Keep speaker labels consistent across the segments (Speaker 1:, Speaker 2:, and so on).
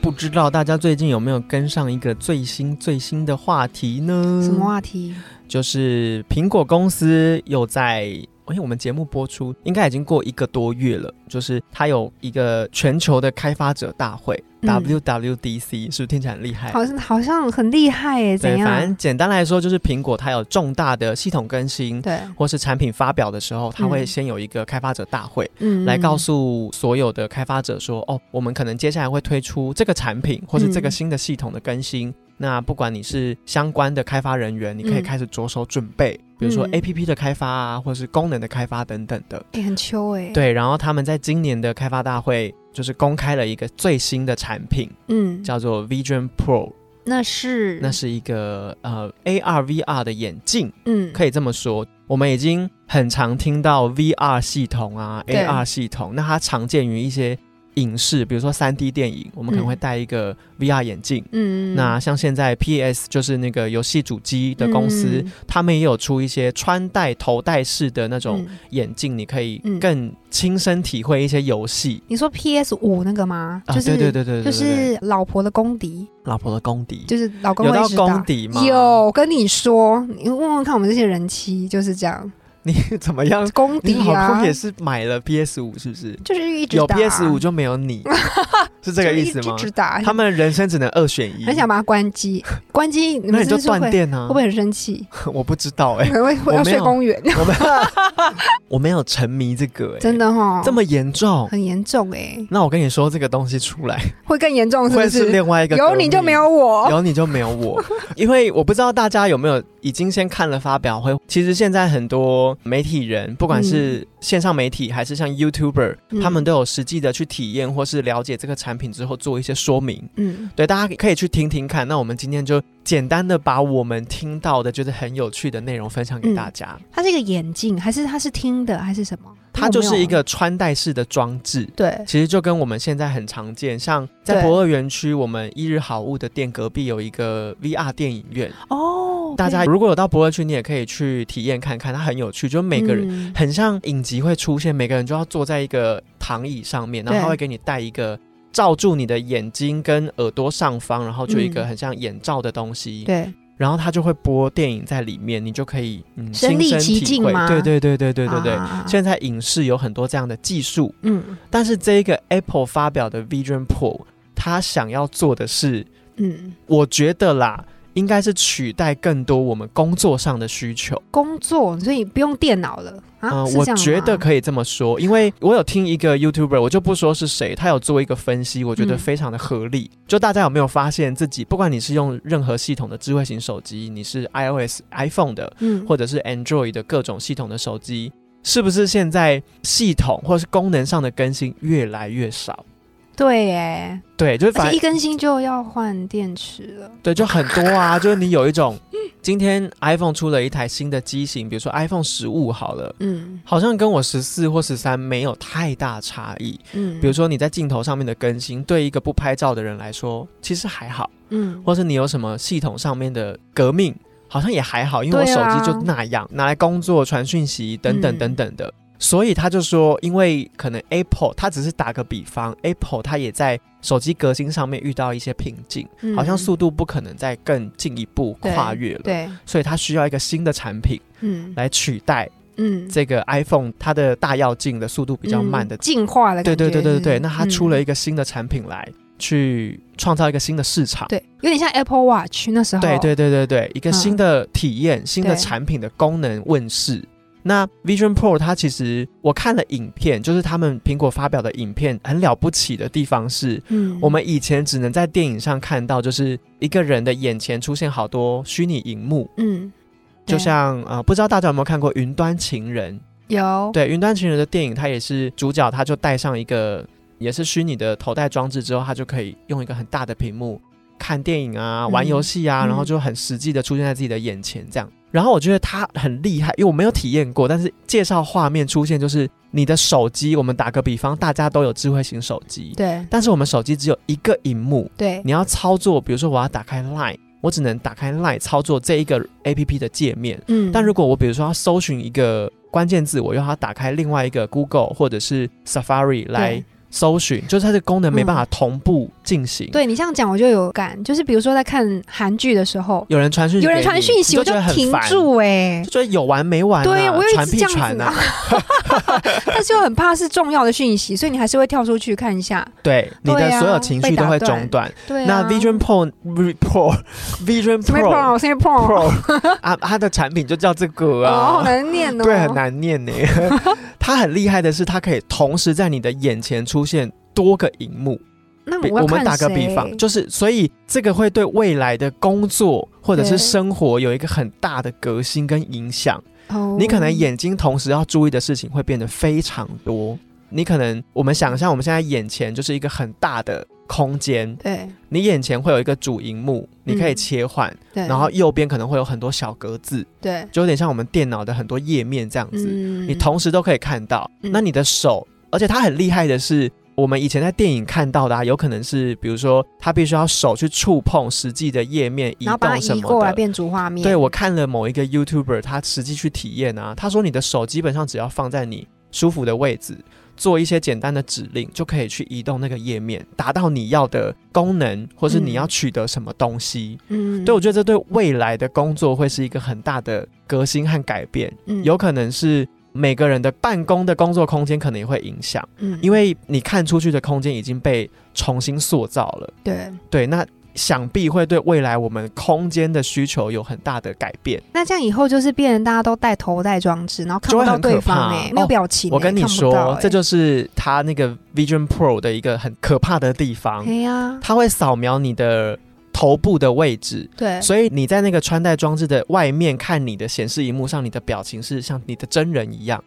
Speaker 1: 不知道大家最近有没有跟上一个最新最新的话题呢？
Speaker 2: 什么话啊题？
Speaker 1: 就是苹果公司又在，因为我们节目播出应该已经过一个多月了，就是它有一个全球的开发者大会、
Speaker 2: 嗯
Speaker 1: WWDC，是不是听起来很厉害？
Speaker 2: 好像好像很厉害耶，怎
Speaker 1: 对，反
Speaker 2: 样？
Speaker 1: 正简单来说，就是苹果它有重大的系统更新，
Speaker 2: 对，
Speaker 1: 或是产品发表的时候，它会
Speaker 2: 嗯
Speaker 1: 先有一个开发者大会。
Speaker 2: 嗯
Speaker 1: 来告诉所有的开发者说，哦，我们可能接下来会推出这个产品，或是这个
Speaker 2: 嗯
Speaker 1: 新的系统的更新。那不管你是相关的开发人员，你可以
Speaker 2: 嗯
Speaker 1: 开始着手准备，比如说
Speaker 2: 嗯
Speaker 1: A P P 的开发啊，或是功能的开发等等的。
Speaker 2: 哎、很秋哎。，
Speaker 1: 对，然后他们在今年的开发大会就是公开了一个最新的产品，
Speaker 2: 嗯，
Speaker 1: 叫做 Vision Pro，
Speaker 2: 那是
Speaker 1: 那是一个呃 A R V R 的眼镜。
Speaker 2: 嗯，
Speaker 1: 可以这么说，我们已经很常听到 VR 系统啊、
Speaker 2: 对
Speaker 1: AR 系统，那它常见于一些影视，比如说 3D 电影，我们可能会戴一个 VR 眼镜。
Speaker 2: 嗯嗯，嗯
Speaker 1: 那像现在 PS 就是那个游戏主机的公司，
Speaker 2: 嗯
Speaker 1: 他们也有出一些穿戴头戴式的那种
Speaker 2: 嗯
Speaker 1: 眼镜，你可以
Speaker 2: 嗯
Speaker 1: 更亲身体会一些游戏。
Speaker 2: 你说 PS 五那个吗？
Speaker 1: 啊，
Speaker 2: 就是、
Speaker 1: 对对对对对
Speaker 2: 就
Speaker 1: 对，
Speaker 2: 是老婆的公敌，
Speaker 1: 老婆的公敌，
Speaker 2: 就是老公
Speaker 1: 有
Speaker 2: 会
Speaker 1: 到
Speaker 2: 知道。
Speaker 1: 公敌吗？
Speaker 2: 有，，我跟你说，你问问看我们这些人妻就是这样，
Speaker 1: 你怎么样？
Speaker 2: 公敌
Speaker 1: 你老
Speaker 2: 啊
Speaker 1: 公，也是买了 PS 五是不是？
Speaker 2: 就是一直
Speaker 1: 有
Speaker 2: 打
Speaker 1: PS 五就没有 你，是这个意思
Speaker 2: 啊就
Speaker 1: 吗
Speaker 2: 一？直打，
Speaker 1: 他们人生只能二选一，
Speaker 2: 很想把它关机， 关机你
Speaker 1: 那
Speaker 2: 们
Speaker 1: 你
Speaker 2: 是
Speaker 1: 就
Speaker 2: 不是会
Speaker 1: 断
Speaker 2: 会
Speaker 1: 电啊
Speaker 2: 不！会很生气？
Speaker 1: 我不知道哎
Speaker 2: 可，能 会会
Speaker 1: 我
Speaker 2: 要
Speaker 1: 没
Speaker 2: 睡
Speaker 1: 有
Speaker 2: 公园，
Speaker 1: 我们我没有 沉迷这个哎，
Speaker 2: 真的哦哈，
Speaker 1: 这么严重？
Speaker 2: 很严重哎，
Speaker 1: 那我跟你说，这个东西出来
Speaker 2: 会更严重是
Speaker 1: 会
Speaker 2: 不
Speaker 1: 是
Speaker 2: 是？
Speaker 1: 另外一个
Speaker 2: 有
Speaker 1: 革
Speaker 2: 你就
Speaker 1: 命
Speaker 2: 没有我，
Speaker 1: 有你就没有我， 因为我不知道大家有没有已经先看了发表会。其实现在很多媒体人，不管是线上媒体还是像 YouTuber，、
Speaker 2: 嗯
Speaker 1: 他们都有实际的去体验或是了解这个产品之后做一些说明。
Speaker 2: 嗯，
Speaker 1: 对，大家可以去听听看。那我们今天就简单的把我们听到的，觉得很有趣的内容分享给大家。
Speaker 2: 它是一个眼镜，还是它是听的，还是什么？
Speaker 1: 它就是
Speaker 2: 哦
Speaker 1: 一个穿戴式的装置，
Speaker 2: 对，
Speaker 1: 其实就跟我们现在很常见，像在
Speaker 2: 对
Speaker 1: 博二园区，我们一日好物的店隔壁有一个 VR 电影院。
Speaker 2: 哦，
Speaker 1: 大家
Speaker 2: 可以
Speaker 1: 如果有到博二区，你也可以去体验看看，它很有趣，就每个人。
Speaker 2: 嗯
Speaker 1: 很像影集会出现，每个人就要坐在一个躺椅上面，然后
Speaker 2: 对
Speaker 1: 他会给你戴一个罩住你的眼睛跟耳朵上方，然后就一个
Speaker 2: 嗯
Speaker 1: 很像眼罩的东西，
Speaker 2: 对，
Speaker 1: 然后他就会播电影在里面，你就可以嗯
Speaker 2: 身
Speaker 1: 亲
Speaker 2: 临
Speaker 1: 身
Speaker 2: 其
Speaker 1: 体
Speaker 2: 境
Speaker 1: 会
Speaker 2: 吗
Speaker 1: 对对对对对对对。
Speaker 2: 啊
Speaker 1: 现在影视有很多这样的技术，
Speaker 2: 嗯
Speaker 1: 但是这一个 Apple 发表的 Vision Pro，它想要做的是，
Speaker 2: 嗯，
Speaker 1: 我觉得啦，应该是取代更多我们工作上的需求。
Speaker 2: 工作，所以不用电脑了啊？
Speaker 1: 嗯，
Speaker 2: 是
Speaker 1: 我
Speaker 2: 这样
Speaker 1: 觉得
Speaker 2: 吗
Speaker 1: 可以这么说，因为我有听一个 YouTuber，我就不说是谁，他有做一个分析，我觉得
Speaker 2: 嗯
Speaker 1: 非常的合理。就大家有没有发现自己，不管你是用任何系统的智慧型手机，你是 iOS、iPhone 的，
Speaker 2: 嗯，
Speaker 1: 或者是 Android 的各种系统的手机，是不是现在系统或是功能上的更新越来越少？
Speaker 2: 对耶，
Speaker 1: 对，就是
Speaker 2: 而
Speaker 1: 反
Speaker 2: 且一更新就要换电池了。
Speaker 1: 对，就很多啊， 就是你有一种，今天 iPhone 出了一台新的机型，比如说 iPhone 十五好了。
Speaker 2: 嗯
Speaker 1: 好像跟我十四或十三没有太大差异。
Speaker 2: 嗯，
Speaker 1: 比如说你在镜头上面的更新，对一个不拍照的人来说，其实还好；
Speaker 2: 嗯，
Speaker 1: 或是你有什么系统上面的革命，好像也还好，因为我
Speaker 2: 对
Speaker 1: 手
Speaker 2: 啊
Speaker 1: 机就那样，拿来工作、传讯息等等
Speaker 2: 嗯
Speaker 1: 等等的。所以他就说，因为可能 Apple，它只是打个比方，Apple 它也在手机革新上面遇到一些瓶颈，
Speaker 2: 嗯
Speaker 1: 好像速度不可能再更进一步
Speaker 2: 对
Speaker 1: 跨越了，
Speaker 2: 对，
Speaker 1: 所以它需要一个新的产品
Speaker 2: 嗯
Speaker 1: 来取代
Speaker 2: 嗯，
Speaker 1: 这个 iPhone 它的大要进的速度比较慢的
Speaker 2: 嗯进化的
Speaker 1: 对
Speaker 2: 感觉
Speaker 1: 对
Speaker 2: 是不
Speaker 1: 对
Speaker 2: 是，
Speaker 1: 对对，那它出了
Speaker 2: 嗯
Speaker 1: 一个新的产品来，去创造一个新的市场。
Speaker 2: 嗯对，有点像 Apple Watch 那时候，
Speaker 1: 对对对对对，一个
Speaker 2: 嗯
Speaker 1: 新的体验、新的
Speaker 2: 对
Speaker 1: 产品的功能问世。那 Vision Pro 它其实我看了影片，就是他们苹果发表的影片，很了不起的地方是，
Speaker 2: 嗯，
Speaker 1: 我们以前只能在电影上看到，就是一个人的眼前出现好多虚拟荧幕，
Speaker 2: 嗯，对
Speaker 1: 就像呃，不知道大家有没有看过《云端情人》？
Speaker 2: 有
Speaker 1: 对，《云端情人》的电影，它也是主角，他就戴上一个也是虚拟的头戴装置之后，他就可以用一个很大的屏幕看电影啊、玩游戏啊，
Speaker 2: 嗯
Speaker 1: 然后就很实际的出现在自己的眼前这样。然后我觉得它很厉害，因为我没有体验过，但是介绍画面出现就是你的手机，我们打个比方，大家都有智慧型手机，
Speaker 2: 对
Speaker 1: 但是我们手机只有一个荧幕，
Speaker 2: 对
Speaker 1: 你要操作，比如说我要打开 Line，我只能打开 Line 操作这一个 APP 的界面。
Speaker 2: 嗯
Speaker 1: 但如果我比如说要搜寻一个关键字，我又要打开另外一个 Google 或者是 Safari 来
Speaker 2: 对
Speaker 1: 搜寻，就是它的功能没办法同步进行。
Speaker 2: 对你这样讲我就有感，就是比如说在看韩剧的时候，
Speaker 1: 有人传讯息
Speaker 2: 有
Speaker 1: 给你，
Speaker 2: 人传讯息
Speaker 1: 你
Speaker 2: 我
Speaker 1: 就
Speaker 2: 就
Speaker 1: 觉得很
Speaker 2: 停
Speaker 1: 烦，
Speaker 2: 住哎、
Speaker 1: 就觉得有完没完、啊，
Speaker 2: 对我又一
Speaker 1: 传
Speaker 2: 直
Speaker 1: 屁
Speaker 2: 这样
Speaker 1: 传
Speaker 2: 子
Speaker 1: 啊，
Speaker 2: 但是又很怕是重要的讯息，所以你还是会跳出去看一下。
Speaker 1: 对，你的
Speaker 2: 对啊
Speaker 1: 所有情绪
Speaker 2: 被打
Speaker 1: 都会
Speaker 2: 断
Speaker 1: 中断。
Speaker 2: 对、啊，
Speaker 1: 那 Vision Pro Pro Vision
Speaker 2: 什么 Pro，
Speaker 1: Pro
Speaker 2: 我现在 Pro，,
Speaker 1: Pro 啊，它的产品就叫这个
Speaker 2: 哦，好
Speaker 1: 啊。
Speaker 2: 难念哦，
Speaker 1: 对，很难念 呢。它很厉害的是，它可以同时在你的眼前出现多个荧幕。
Speaker 2: 那
Speaker 1: 比
Speaker 2: 我要
Speaker 1: 我们
Speaker 2: 看
Speaker 1: 打个比
Speaker 2: 谁
Speaker 1: 方，就是所以这个会对未来的工作或者是
Speaker 2: 对
Speaker 1: 生活有一个很大的革新跟影响。
Speaker 2: 哦
Speaker 1: 你可能眼睛同时要注意的事情会变得非常多。你可能我们想象我们现在眼前就是一个很大的空间，
Speaker 2: 对
Speaker 1: 你眼前会有一个主荧幕，你可以
Speaker 2: 嗯
Speaker 1: 切换，
Speaker 2: 对，
Speaker 1: 然后右边可能会有很多小格子，
Speaker 2: 对，
Speaker 1: 就有点像我们电脑的很多页面这样子。
Speaker 2: 嗯
Speaker 1: 你同时都可以看到。
Speaker 2: 嗯
Speaker 1: 那你的手，而且它很厉害的是，我们以前在电影看到的、啊，有可能是比如说他必须要手去触碰实际的页面移
Speaker 2: 然后把
Speaker 1: 动
Speaker 2: 它
Speaker 1: 什
Speaker 2: 移过
Speaker 1: 么
Speaker 2: 来
Speaker 1: 的。
Speaker 2: 变主画面，
Speaker 1: 对我看了某一个 YouTuber，他实际去体验啊，他说你的手基本上只要放在你舒服的位置。做一些简单的指令就可以去移动那个页面，达到你要的功能，或是
Speaker 2: 嗯
Speaker 1: 你要取得什么东西。
Speaker 2: 嗯，
Speaker 1: 对我觉得这对未来的工作会是一个很大的革新和改变。
Speaker 2: 嗯
Speaker 1: 有可能是每个人的办公的工作空间可能也会影响，
Speaker 2: 嗯
Speaker 1: 因为你看出去的空间已经被重新塑造了。
Speaker 2: 对。
Speaker 1: 对，那想必会对未来我们空间的需求有很大的改变。
Speaker 2: 那这样以后就是变成大家都戴头戴装置，然后看
Speaker 1: 就会
Speaker 2: 不到
Speaker 1: 很可
Speaker 2: 对方
Speaker 1: 怕
Speaker 2: 哎、没有
Speaker 1: 哦
Speaker 2: 表情欸、
Speaker 1: 我跟你
Speaker 2: 看不到
Speaker 1: 说，
Speaker 2: 欸
Speaker 1: 这就是它那个 Vision Pro 的一个很可怕的地方
Speaker 2: 哎，呀、
Speaker 1: 它会扫描你的头部的位置。
Speaker 2: 对，
Speaker 1: 所以你在那个穿戴装置的外面看你的显示荧幕上，你的表情是像你的真人一样。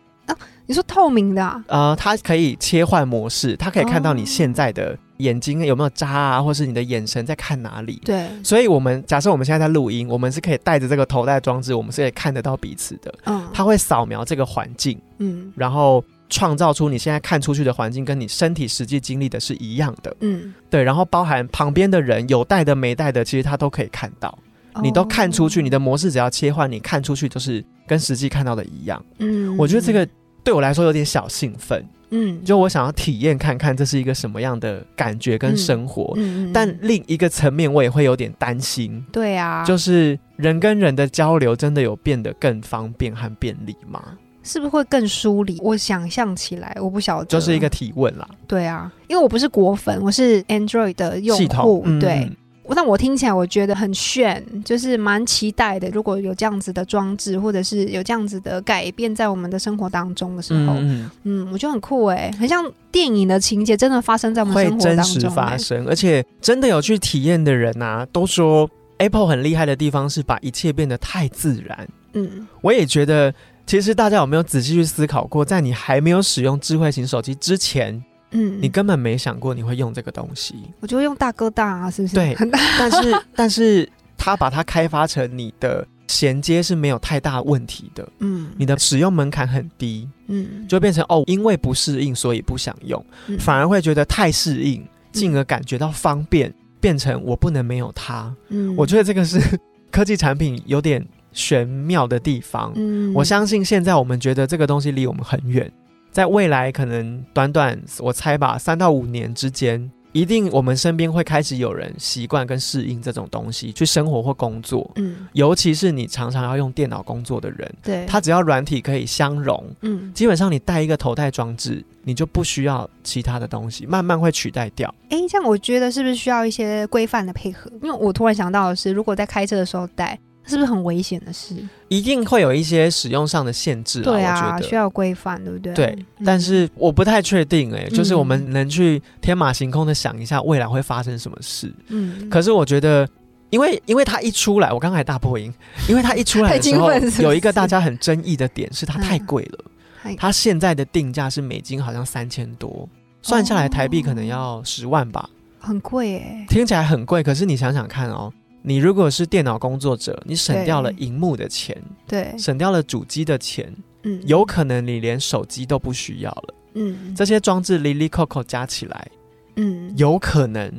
Speaker 2: 你说透明的、啊，
Speaker 1: 呃，它可以切换模式，它可以看到你
Speaker 2: 哦
Speaker 1: 现在的眼睛有没有眨啊，或是你的眼神在看哪里。
Speaker 2: 对，
Speaker 1: 所以，我们假设我们现在在录音，我们是可以带着这个头戴装置，我们是可以看得到彼此的。
Speaker 2: 嗯，
Speaker 1: 它会扫描这个环境，
Speaker 2: 嗯
Speaker 1: 然后创造出你现在看出去的环境跟你身体实际经历的是一样的。
Speaker 2: 嗯，
Speaker 1: 对，然后包含旁边的人有戴的没戴的，其实它都可以看到，
Speaker 2: 哦
Speaker 1: 你都看出去，你
Speaker 2: 的，
Speaker 1: 的模式只要切换，你看出去就是跟实际看到的一样。
Speaker 2: 嗯，
Speaker 1: 我觉得这个对我来说有点小兴奋。
Speaker 2: 嗯，嗯，
Speaker 1: 就我想要体验看看这是一个什么样的感觉跟生活，
Speaker 2: 嗯，嗯
Speaker 1: 但另一个层面我也会有点担心，
Speaker 2: 对啊，
Speaker 1: 就是人跟人的交流真的有变得更方便和便利吗？
Speaker 2: 是不是会更疏离？我想象起来，我不晓得，
Speaker 1: 就是一个提问啦，
Speaker 2: 对啊，因为我不是果粉，我是 Android 的用
Speaker 1: 系统
Speaker 2: 户，
Speaker 1: 嗯
Speaker 2: 对。但我听起来我觉得很炫，就是蛮期待的。如果有这样子的装置，或者是有这样子的改变在我们的生活当中的时
Speaker 1: 嗯
Speaker 2: 候，嗯
Speaker 1: 嗯，
Speaker 2: 我觉得很酷哎、很像电影的情节真的发生在我
Speaker 1: 嗯
Speaker 2: 们
Speaker 1: 会
Speaker 2: 生活
Speaker 1: 真
Speaker 2: 当
Speaker 1: 实
Speaker 2: 中、
Speaker 1: 发
Speaker 2: 欸。
Speaker 1: 生，而且真的有去体验的人啊，都说 Apple 很厉害的地方是把一切变得太自然。
Speaker 2: 嗯，
Speaker 1: 我也觉得，其实大家有没有仔细去思考过，在你还没有使用智慧型手机之前，
Speaker 2: 嗯，
Speaker 1: 你根本没想过你会用这个东西。
Speaker 2: 我就用大哥大啊，是不是？
Speaker 1: 对
Speaker 2: 很大。
Speaker 1: 但是但是它把它开发成你的衔接是没有太大问题的，
Speaker 2: 嗯，
Speaker 1: 你的使用门槛很低，
Speaker 2: 嗯，
Speaker 1: 就变成哦，因为不适应所以不想用，
Speaker 2: 嗯
Speaker 1: 反而会觉得太适应，进而感觉到方便，变成我不能没有它。
Speaker 2: 嗯
Speaker 1: 我觉得这个是 科技产品有点玄妙的地方。
Speaker 2: 嗯
Speaker 1: 我相信现在我们觉得这个东西离我们很远，在未来可能短短我猜吧，三到五年之间，一定我们身边会开始有人习惯跟适应这种东西去生活或工作，
Speaker 2: 嗯，
Speaker 1: 尤其是你常常要用电脑工作的人，
Speaker 2: 对，
Speaker 1: 他只要软体可以相容，
Speaker 2: 嗯，
Speaker 1: 基本上你带一个头戴装置，你就不需要其他的东西，慢慢会取代掉。
Speaker 2: 哎，这样我觉得是不是需要一些规范的配合？因为我突然想到的是，如果在开车的时候戴，是不是很危险的事？
Speaker 1: 一定会有一些使用上的限制啦，
Speaker 2: 对
Speaker 1: 我
Speaker 2: 啊，
Speaker 1: 觉
Speaker 2: 需
Speaker 1: 得。
Speaker 2: 要规范，对不对？
Speaker 1: 对，
Speaker 2: 嗯
Speaker 1: 但是我不太确定、欸，哎、就是我们
Speaker 2: 嗯
Speaker 1: 能去天马行空的想一下未来会发生什么事。
Speaker 2: 嗯，
Speaker 1: 可是我觉得，因为因为它一出来，我刚才大破音，因为它一出来
Speaker 2: 太
Speaker 1: 的时
Speaker 2: 兴
Speaker 1: 候，
Speaker 2: 奋是不是嗯
Speaker 1: 有一个大家很争议的点是它太贵了，
Speaker 2: 嗨
Speaker 1: 它
Speaker 2: 哦
Speaker 1: 现在的定价是美金好像三千多，算下来台币可能要十万吧。
Speaker 2: 很贵哎、
Speaker 1: 听起来很贵，可是你想想看哦，你如果是电脑工作者，你省
Speaker 2: 对
Speaker 1: 掉了荧幕的钱，
Speaker 2: 对，
Speaker 1: 省掉了主机的钱，
Speaker 2: 嗯，
Speaker 1: 有可能你连手机都不需要了。
Speaker 2: 嗯，
Speaker 1: 这些装置 Lily Coco 加起来，
Speaker 2: 嗯
Speaker 1: 有可能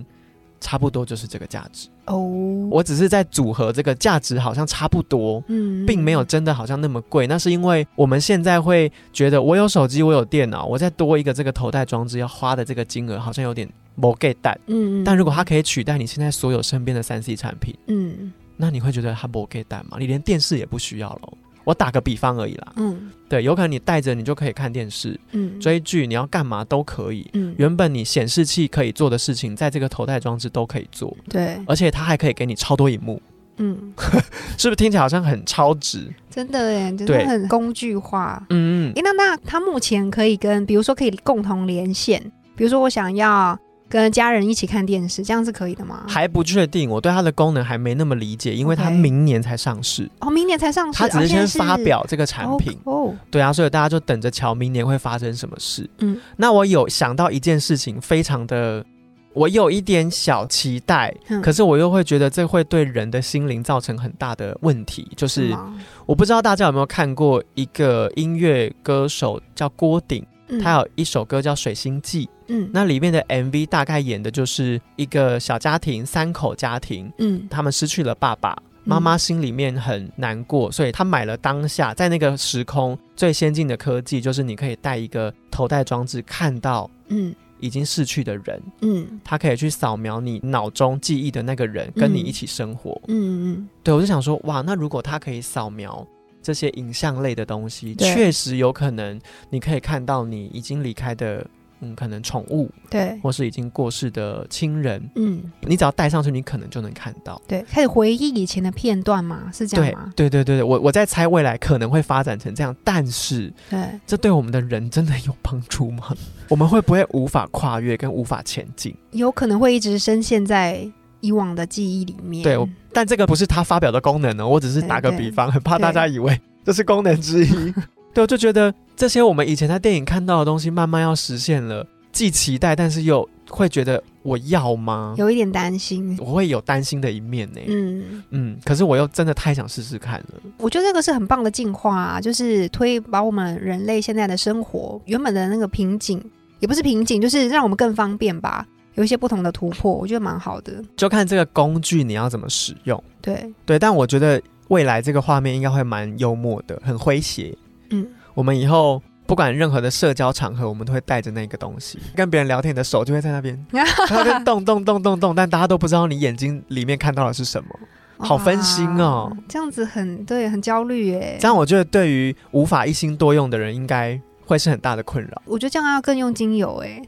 Speaker 1: 差不多就是这个价值。
Speaker 2: 哦，
Speaker 1: 我只是在组合这个价值，好像差不多。
Speaker 2: 嗯
Speaker 1: 并没有真的好像那么贵，那是因为我们现在会觉得我有手机，我有电脑，我再多一个这个头戴装置要花的这个金额好像有点某 get 蛋。
Speaker 2: 嗯，嗯
Speaker 1: 但如果它可以取代你现在所有身边的三 C 产品，
Speaker 2: 嗯
Speaker 1: 那你会觉得它某 get 蛋吗？你连电视也不需要了。我打个比方而已啦，
Speaker 2: 嗯
Speaker 1: 对，有可能你带着你就可以看电视、
Speaker 2: 嗯
Speaker 1: 追剧，你要干嘛都可以。
Speaker 2: 嗯
Speaker 1: 原本你显示器可以做的事情，在这个头戴装置都可以做，
Speaker 2: 对
Speaker 1: 而且它还可以给你超多荧幕，
Speaker 2: 嗯，
Speaker 1: 是不是听起来好像很超值？
Speaker 2: 真的哎，真
Speaker 1: 对
Speaker 2: 的很工具化。
Speaker 1: 嗯，
Speaker 2: 诶，那那他目前可以跟，比如说可以共同连线，比如说我想要跟家人一起看电视，这样是可以的吗？
Speaker 1: 还不确定，我对它的功能还没那么理解，因为它
Speaker 2: OK
Speaker 1: 明年才上市，
Speaker 2: 哦，明年才上市，
Speaker 1: 它只
Speaker 2: 哦
Speaker 1: 是
Speaker 2: 现在
Speaker 1: 先发表这个产品，
Speaker 2: 哦，
Speaker 1: 对啊，所以大家就等着瞧明年会发生什么事。
Speaker 2: 嗯
Speaker 1: 那我有想到一件事情，非常的，我有一点小期待，
Speaker 2: 嗯
Speaker 1: 可是我又会觉得这会对人的心灵造成很大的问题，就是是
Speaker 2: 吗
Speaker 1: 我不知道大家有没有看过一个音乐歌手叫郭顶，
Speaker 2: 嗯
Speaker 1: 他有一首歌叫《水星记》，
Speaker 2: 嗯
Speaker 1: 那里面的 MV 大概演的就是一个小家庭，三口家庭。
Speaker 2: 嗯
Speaker 1: 他们失去了爸爸，妈妈心里面很难过，所以她买了当下在那个时空最先进的科技，就是你可以带一个头戴装置看到
Speaker 2: 嗯
Speaker 1: 已经逝去的人，
Speaker 2: 嗯
Speaker 1: 它可以去扫描你脑中记忆的那个人，跟你一起生活。
Speaker 2: 嗯嗯
Speaker 1: 对我就想说，哇，那如果它可以扫描。这些影像类的东西，
Speaker 2: 对
Speaker 1: 确实有可能你可以看到你已经离开的，嗯，可能宠物
Speaker 2: 对
Speaker 1: 或是已经过世的亲人，
Speaker 2: 嗯
Speaker 1: 你只要戴上去，你可能就能看到。
Speaker 2: 对，开始回忆以前的片段嘛，是这样吗？
Speaker 1: 对对对对，我我在猜未来可能会发展成这样，但是
Speaker 2: 对，
Speaker 1: 这对我们的人真的有帮助吗？ 我们会不会无法跨越跟无法前进？
Speaker 2: 有可能会一直深陷在以往的记忆里面。
Speaker 1: 对我但这个不是他发表的功能呢，哦我只是打个
Speaker 2: 对对
Speaker 1: 比方，很怕大家以为这是功能之一。 对，我就觉得这些我们以前在电影看到的东西，慢慢要实现了，既期待，但是又会觉得我要吗？
Speaker 2: 有一点担心。
Speaker 1: 我会有担心的一面呢、
Speaker 2: 嗯，
Speaker 1: 嗯，可是我又真的太想试试看了。
Speaker 2: 我觉得这个是很棒的进化、啊，就是推把我们人类现在的生活原本的那个瓶颈，也不是瓶颈，就是让我们更方便吧，有一些不同的突破，我觉得蛮好的。
Speaker 1: 就看这个工具你要怎么使用。
Speaker 2: 对，
Speaker 1: 对，但我觉得未来这个画面应该会蛮幽默的，很诙谐。
Speaker 2: 嗯，
Speaker 1: 我们以后不管任何的社交场合，我们都会带着那个东西跟别人聊天，你的手就会 在那边在那边动动动动动，但大家都不知道你眼睛里面看到的是什么。好分心哦
Speaker 2: 哇，这样子很对，很焦虑耶
Speaker 1: 这。样我觉得对于无法一心多用的人，应该会是很大的 困扰。
Speaker 2: 我觉得这样要更用精油哎，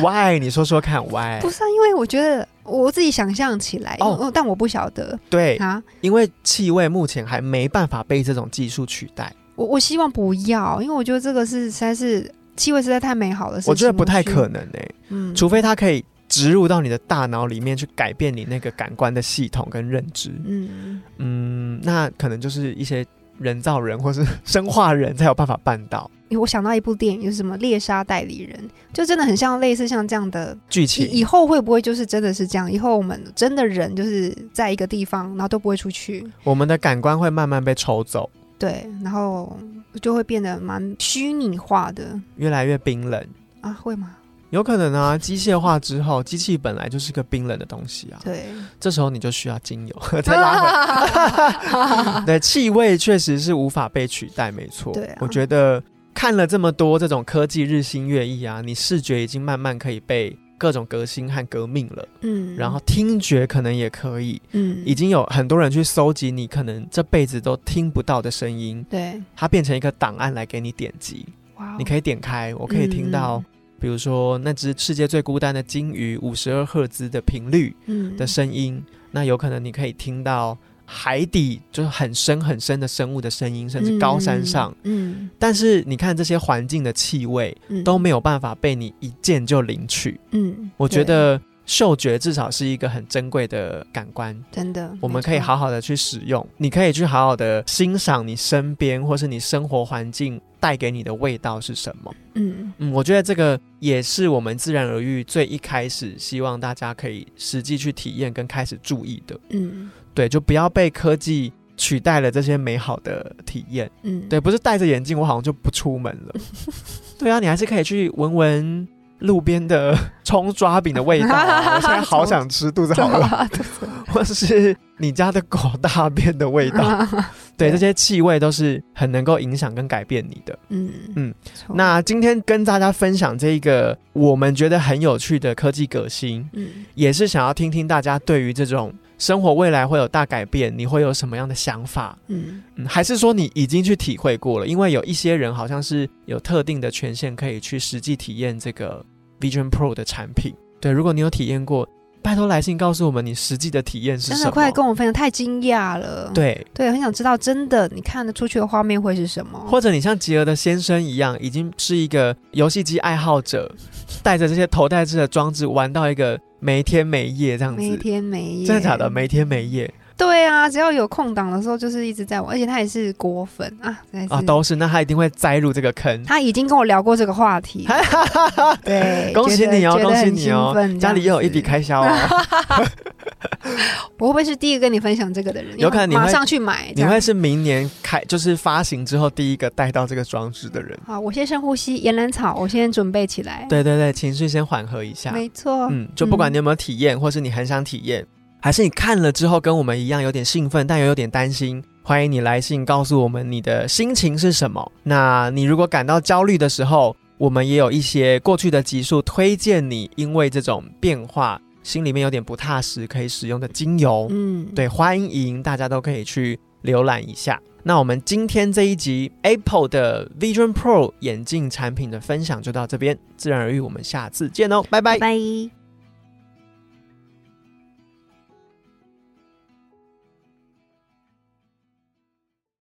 Speaker 1: Why？你说说看，Why？
Speaker 2: 不是啊，因为我觉得我自己想象起来，
Speaker 1: 哦哎
Speaker 2: 哦，但我不晓得
Speaker 1: 对，
Speaker 2: 啊，
Speaker 1: 因为气味目前还没办法被这种技术取代，
Speaker 2: 我我希望不要，因为我觉得这个是实在是气味实在太美好了，
Speaker 1: 我觉得不太可，能欸诶、
Speaker 2: 嗯，
Speaker 1: 除非它可以植入到你的大脑里面去改变你那个感官的系统跟认知。
Speaker 2: 嗯
Speaker 1: 嗯，那可能就是一些人造人或是生化人才有办法办到
Speaker 2: 因为我想到一部电影，就是什么《猎杀代理人》，就真的很像类似像这样的。
Speaker 1: 剧
Speaker 2: 以以
Speaker 1: 情。
Speaker 2: 后会不会就是真的是这样？以后我们真的人就是在一个地方，然后都不会出去，
Speaker 1: 我们的感官会慢慢被抽走，
Speaker 2: 对，然后就会变得蛮虚拟化的
Speaker 1: 越来越冰冷。
Speaker 2: 啊？会吗？
Speaker 1: 有可能啊，机械化之后，机器本来就是个冰冷的东西啊。
Speaker 2: 对，
Speaker 1: 这时候你就需要精油 再拉回来。 对，气味确实是无法被取代，没错。
Speaker 2: 对啊
Speaker 1: 我觉得看了这么多这种科技日新月异啊，你视觉已经慢慢可以被各种革新和革命了，
Speaker 2: 嗯，
Speaker 1: 然后听觉可能也可以，
Speaker 2: 嗯，
Speaker 1: 已经有很多人去搜集你可能这辈子都听不到的声音，
Speaker 2: 对，
Speaker 1: 它变成一个档案来给你点击，
Speaker 2: 哇哦，嗯
Speaker 1: 你可以点开，我可以听到。比如说，那只世界最孤单的鲸鱼，五十二赫兹的频率，
Speaker 2: 嗯
Speaker 1: 的声音，那有可能你可以听到海底就是很深很深的生物的声音，甚至高山上。，
Speaker 2: 嗯
Speaker 1: 但是你看这些环境的气味
Speaker 2: 嗯嗯
Speaker 1: 都没有办法被你一键就领取。
Speaker 2: 嗯，
Speaker 1: 我觉
Speaker 2: 对
Speaker 1: 得嗅觉至少是一个很珍贵的感官。
Speaker 2: 真的，
Speaker 1: 我们
Speaker 2: 没
Speaker 1: 可以
Speaker 2: 错
Speaker 1: 好好的去使用，你可以去好好的欣赏你身边或是你生活环境带给你的味道是什么。
Speaker 2: 嗯，
Speaker 1: 嗯，我觉得这个也是我们自然而愈最一开始希望大家可以实际去体验跟开始注意的。
Speaker 2: 嗯
Speaker 1: 对，就不要被科技取代了这些美好的体验。
Speaker 2: 嗯，
Speaker 1: 对，不是戴着眼镜我好像就不出门 了。对啊，你还是可以去闻闻路边的 葱抓饼的味道啊、我现在好想吃，肚子
Speaker 2: 对
Speaker 1: 好饿。
Speaker 2: 啊， 对啊
Speaker 1: 或是你家的狗大便的味道， 对，
Speaker 2: 对
Speaker 1: 这些气味都是很能够影响跟改变你的。
Speaker 2: 嗯
Speaker 1: 嗯，
Speaker 2: 没错
Speaker 1: 那今天跟大家分享这一个我们觉得很有趣的科技革新，
Speaker 2: 嗯
Speaker 1: 也是想要听听大家对于这种生活未来会有大改变，你会有什么样的想法？
Speaker 2: 嗯
Speaker 1: 嗯，还是说你已经去体会过了？因为有一些人好像是有特定的权限可以去实际体验这个 Vision Pro 的产品。对，如果你有体验过，拜托来信告诉我们你实际的体验是
Speaker 2: 真
Speaker 1: 什
Speaker 2: 的
Speaker 1: 么。
Speaker 2: 快跟我分享，太惊讶了。
Speaker 1: 对，
Speaker 2: 对，很想知道真的你看得出去的画面会是什么？
Speaker 1: 或者你像吉儿的先生一样，已经是一个游戏机爱好者，带着这些头戴式的装置玩到一个没天没夜这样
Speaker 2: 每
Speaker 1: 子，
Speaker 2: 天每夜，
Speaker 1: 真的假的？没天没夜
Speaker 2: 对啊，只要有空档的时候就是一直在玩，而且他也是果粉啊，真的是
Speaker 1: 啊，都是，那他一定会栽入这个坑。
Speaker 2: 他已经跟我聊过这个话题了， 对，
Speaker 1: 恭喜你哦，
Speaker 2: 觉得
Speaker 1: 恭喜你哦，家里也有一 笔。
Speaker 2: 觉得很兴奋这样子
Speaker 1: 开销哦，
Speaker 2: 我会不会是第一个跟你分享这个的人？
Speaker 1: 有可能你会
Speaker 2: 马上去买，这
Speaker 1: 你
Speaker 2: 样
Speaker 1: 会是明年开就是发行之后第一个带到这个装置的人。
Speaker 2: 好，我先深呼吸，岩兰草，我先准备起来。，
Speaker 1: 对对对，情绪先缓和一下。
Speaker 2: 没错，
Speaker 1: 嗯，就不管
Speaker 2: 嗯
Speaker 1: 你有没有体验，或是你很想体验，还是你看了之后跟我们一样有点兴奋，但又有点担心，欢迎你来信告诉我们你的心情是什么。那你如果感到焦虑的时候，我们也有一些过去的集数推荐你，因为这种变化心里面有点不踏实，可以使用的精油。
Speaker 2: 嗯，
Speaker 1: 对，欢迎大家都可以去浏览一下。那我们今天这一集 Apple 的 Vision Pro 眼镜产品的分享就到这边，自然而愈，我们下次见哦，拜拜
Speaker 2: 拜。拜。